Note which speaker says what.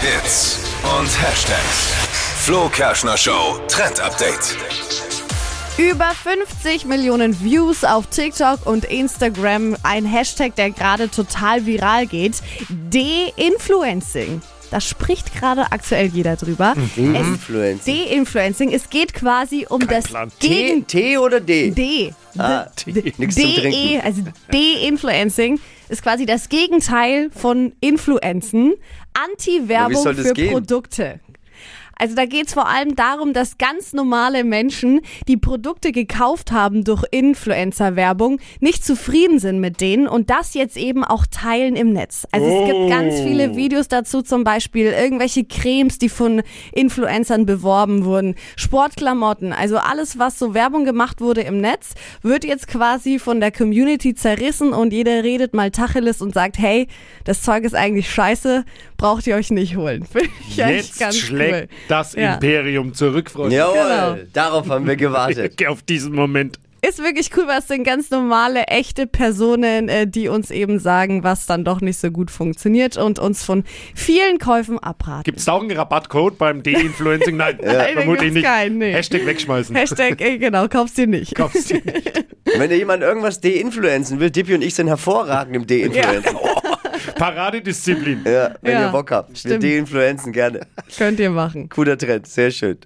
Speaker 1: Hits und Hashtags. Flo Kerschner Show Trend Update.
Speaker 2: Über 50 Millionen Views auf TikTok und Instagram. Ein Hashtag, der gerade total viral geht. De-Influencing. Da spricht gerade aktuell jeder drüber.
Speaker 3: Mhm.
Speaker 2: Es-
Speaker 3: Influencer.
Speaker 2: De-Influencing. Es geht quasi um das
Speaker 4: Plan.
Speaker 3: T,
Speaker 2: Gegen
Speaker 3: T oder D?
Speaker 2: D.
Speaker 3: Ah, nix zum
Speaker 2: DE,
Speaker 3: Trinken.
Speaker 2: also De-Influencing ist quasi das Gegenteil von Influenzen.
Speaker 3: Aber wie
Speaker 2: Anti-Werbung
Speaker 3: soll das
Speaker 2: für
Speaker 3: gehen?
Speaker 2: Produkte. Also da geht's vor allem darum, dass ganz normale Menschen, die Produkte gekauft haben durch Influencer-Werbung, nicht zufrieden sind mit denen und das jetzt eben auch teilen im Netz. Also es gibt ganz viele Videos dazu, zum Beispiel irgendwelche Cremes, die von Influencern beworben wurden, Sportklamotten, also alles, was so Werbung gemacht wurde im Netz, wird jetzt quasi von der Community zerrissen und jeder redet mal Tacheles und sagt, hey, das Zeug ist eigentlich scheiße, braucht ihr euch nicht holen. Finde ich eigentlich
Speaker 4: Jetzt
Speaker 2: ganz
Speaker 4: schlägt
Speaker 2: cool.
Speaker 4: das
Speaker 2: Ja.
Speaker 4: Imperium zurück, Freunde.
Speaker 3: Jawohl,
Speaker 2: Genau.
Speaker 3: darauf haben wir gewartet.
Speaker 4: Auf diesen Moment.
Speaker 2: Ist wirklich cool, was sind ganz normale, echte Personen, äh, die uns eben sagen, was dann doch nicht so gut funktioniert und uns von vielen Käufen abraten.
Speaker 4: Gibt es da auch einen Rabattcode beim De-Influencing? Nein,
Speaker 2: Nein, da
Speaker 4: vermutlich
Speaker 2: gibt's
Speaker 4: nicht.
Speaker 2: keinen, nee.
Speaker 4: Hashtag wegschmeißen.
Speaker 2: Hashtag, äh, genau, kaufst dir nicht.
Speaker 4: Kauf's dir.
Speaker 3: Wenn dir jemand irgendwas de-influenzen will, Dippy und ich sind hervorragend im de-influenzen.
Speaker 4: Paradedisziplin.
Speaker 3: Ja, wenn
Speaker 2: Ja,
Speaker 3: ihr Bock habt.
Speaker 2: stimmt.
Speaker 3: Wir de-influenzen gerne.
Speaker 2: Könnt ihr machen.
Speaker 3: Cooler Trend, sehr schön.